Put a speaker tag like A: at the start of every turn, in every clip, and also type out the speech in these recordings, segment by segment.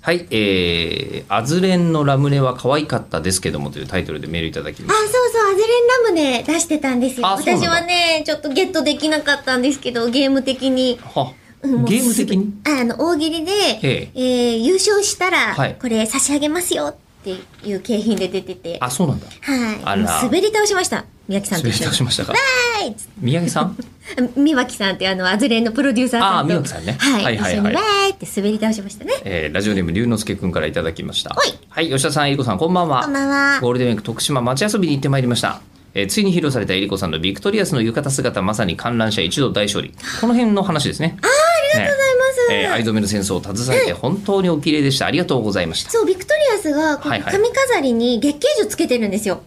A: はい、えー、アズレンのラムネは可愛かったですけどもというタイトルでメールいただきま
B: あ、
A: し
B: そうそう、アズレンラムネ出してたんですよ。
A: あそうなん
B: 私
A: だ
B: はね、ちょっとゲットできなかったんですけど、ゲーム的に。
A: た。は、
B: うん
A: ゲーム的に
B: あの、大喜利で、
A: え
B: えー優勝したら、
A: はい
B: これ差し上げますよっていう景品で出てて。は
A: あ、そうなんだ。あ
B: い。
A: ら
B: もう滑り倒しました。宮城さんと
A: 失礼いた
B: 一緒に。
A: しましたか。
B: はいっつっ
A: 宮城さん
B: てみわきさんってあの、アズレンのプロデューサーさんと。
A: あーみわきさんね
B: はい。
A: はいはいはい
B: 一緒にわーいって滑り倒しましたね。
A: えー、ラジオネーム龍之介くんからいただきました。
B: はい。
A: 吉田さん、えりこさん、こんばんは。
B: こんばんは
A: ゴールデンウィーク徳島町遊びに行ってまいりました。えーついに披露されたえりこさんのビクトリアスの浴衣姿、まさに観覧車一度大勝利。この辺の話ですね。ああ、ありがとうござい
B: ます
A: えー藍染めの戦争を携えて本当にお綺麗でした。ありがとうございました。
B: そう、ビクトリアスが、こう
A: はいはい
B: 髪飾りに月桂樹つけてるんですよ。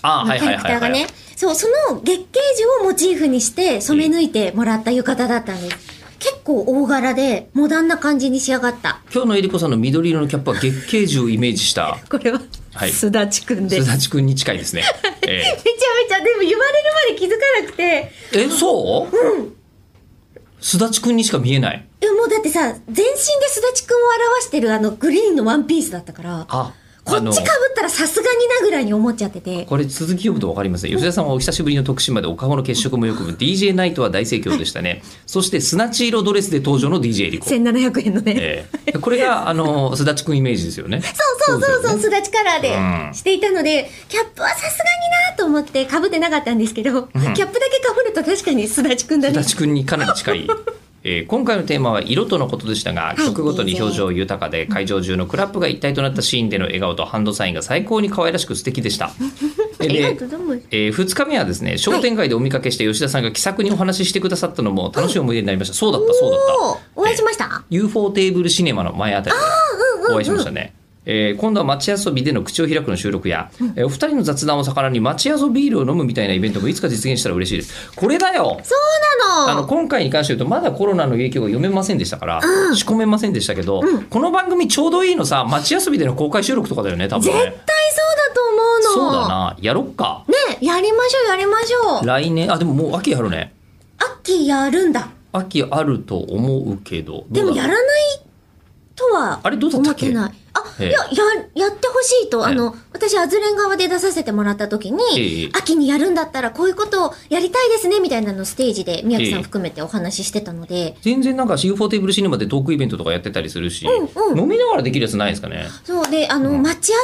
A: あー、は
B: の
A: い
B: キ
A: はい
B: ャラクタ
A: はい、
B: ーが
A: はい
B: ね。。そう、その月桂樹をモチーフにして染め抜いてもらった浴衣だったんです。結構大柄で、モダンな感じに仕上がった。
A: 今日のえりこさんの緑色のキャップは月桂樹をイメージした
B: これは、
A: はい
B: すだちくんで
A: す
B: す。めちゃ
A: だちくんに近いですね。え
B: めちゃ、でも言われるまで気づかなくて、
A: ーえ、そうすだちくんにしか見えない。
B: いやもうだってさ、全身ですだちくんを表してるあのグリーンのワンピースだったから、こ
A: あ、
B: っち
A: あの
B: 被ったらさすがになぐらいに思っちゃってて。
A: これ続き読むと分かりません吉田さんはお久しぶりの徳島でお顔の血色もよく DJ ナイトは大盛況でした ねそして砂地色ドレスで登場の DJ エリコ、
B: 1700円のね、
A: ええこれがあのすだちくんイメージですよね
B: そうそうそう
A: です
B: そう、
A: よね
B: すだちカラー
A: うん
B: でしていたので、キャップはさすがになと思って被ってなかったんですけど、キャップだけ被ると確かにすだちくんだ
A: す
B: ね
A: だ。ちくんにかなり近い、 えー今回のテーマは色とのことでしたが
B: い
A: 曲ごとに表情豊かで会場中のクラップが一体となったシーンでの笑顔とハンドサインが最高に可愛らしく素敵でした
B: ありが
A: で
B: とうございます。
A: え2日目はですね商店街でお見かけして吉田さんが気さくにお話ししてくださったのも楽しい思い出になりました、そうだったそうだ
B: お
A: った
B: ーお会いしました、
A: UFO テーブルシネマの前あたりでお会いしましたね。えー今度は街遊びでの口を開くの収録や、えーお二人の雑談を魚に街遊びビールを飲むみたいなイベントもいつか実現したら嬉しいです。これだよ
B: そう
A: あ
B: なの
A: の今回に関して言うとまだコロナの影響が読めませんでしたから、仕込めませんでしたけど、この番組ちょうどいいのさ街遊びでの公開収録とかだよね多分
B: 絶対そう
A: ね
B: だと
A: そ
B: 思
A: う
B: の。
A: うだなやろっか
B: ね、やりましょうやりましょう。
A: 来年あでももう秋やるね
B: 秋やるんだ。
A: 秋あると思うけど
B: で
A: ど
B: も
A: うだ
B: や
A: ろう
B: らないとは
A: あれどうだった
B: 思
A: っ
B: っ
A: け
B: てない。あ、
A: え
B: い
A: え
B: や、や、やってほしいと、
A: ええ
B: あの、私、アズレン側で出させてもらった時に、
A: ええ
B: 秋にやるんだったら、こういうことをやりたいですね、みたいなのをステージで、宮城さ
A: ええ
B: ん含めてお話ししてたので、
A: 全然なんか C4 テーブルシネマでトークイベントとかやってたりするし、
B: うんうん
A: 飲みながらできるやつないですかね
B: そう、で、あの、
A: うん
B: 街遊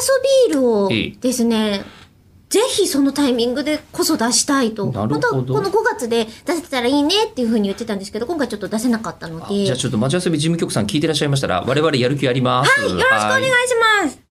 B: びールを
A: ええ
B: ですね、ぜひそのタイミングでこそ出したいと。
A: なるほ
B: 本
A: ど
B: 当はこの5月で出せたらいいねっていうふうに言ってたんですけど、今回ちょっと出せなかったの
A: あ
B: で。
A: じゃあちょっと待ち合わせ日事務局さん聞いてらっしゃいましたら我々やる気あります、
B: よろしくお願いします。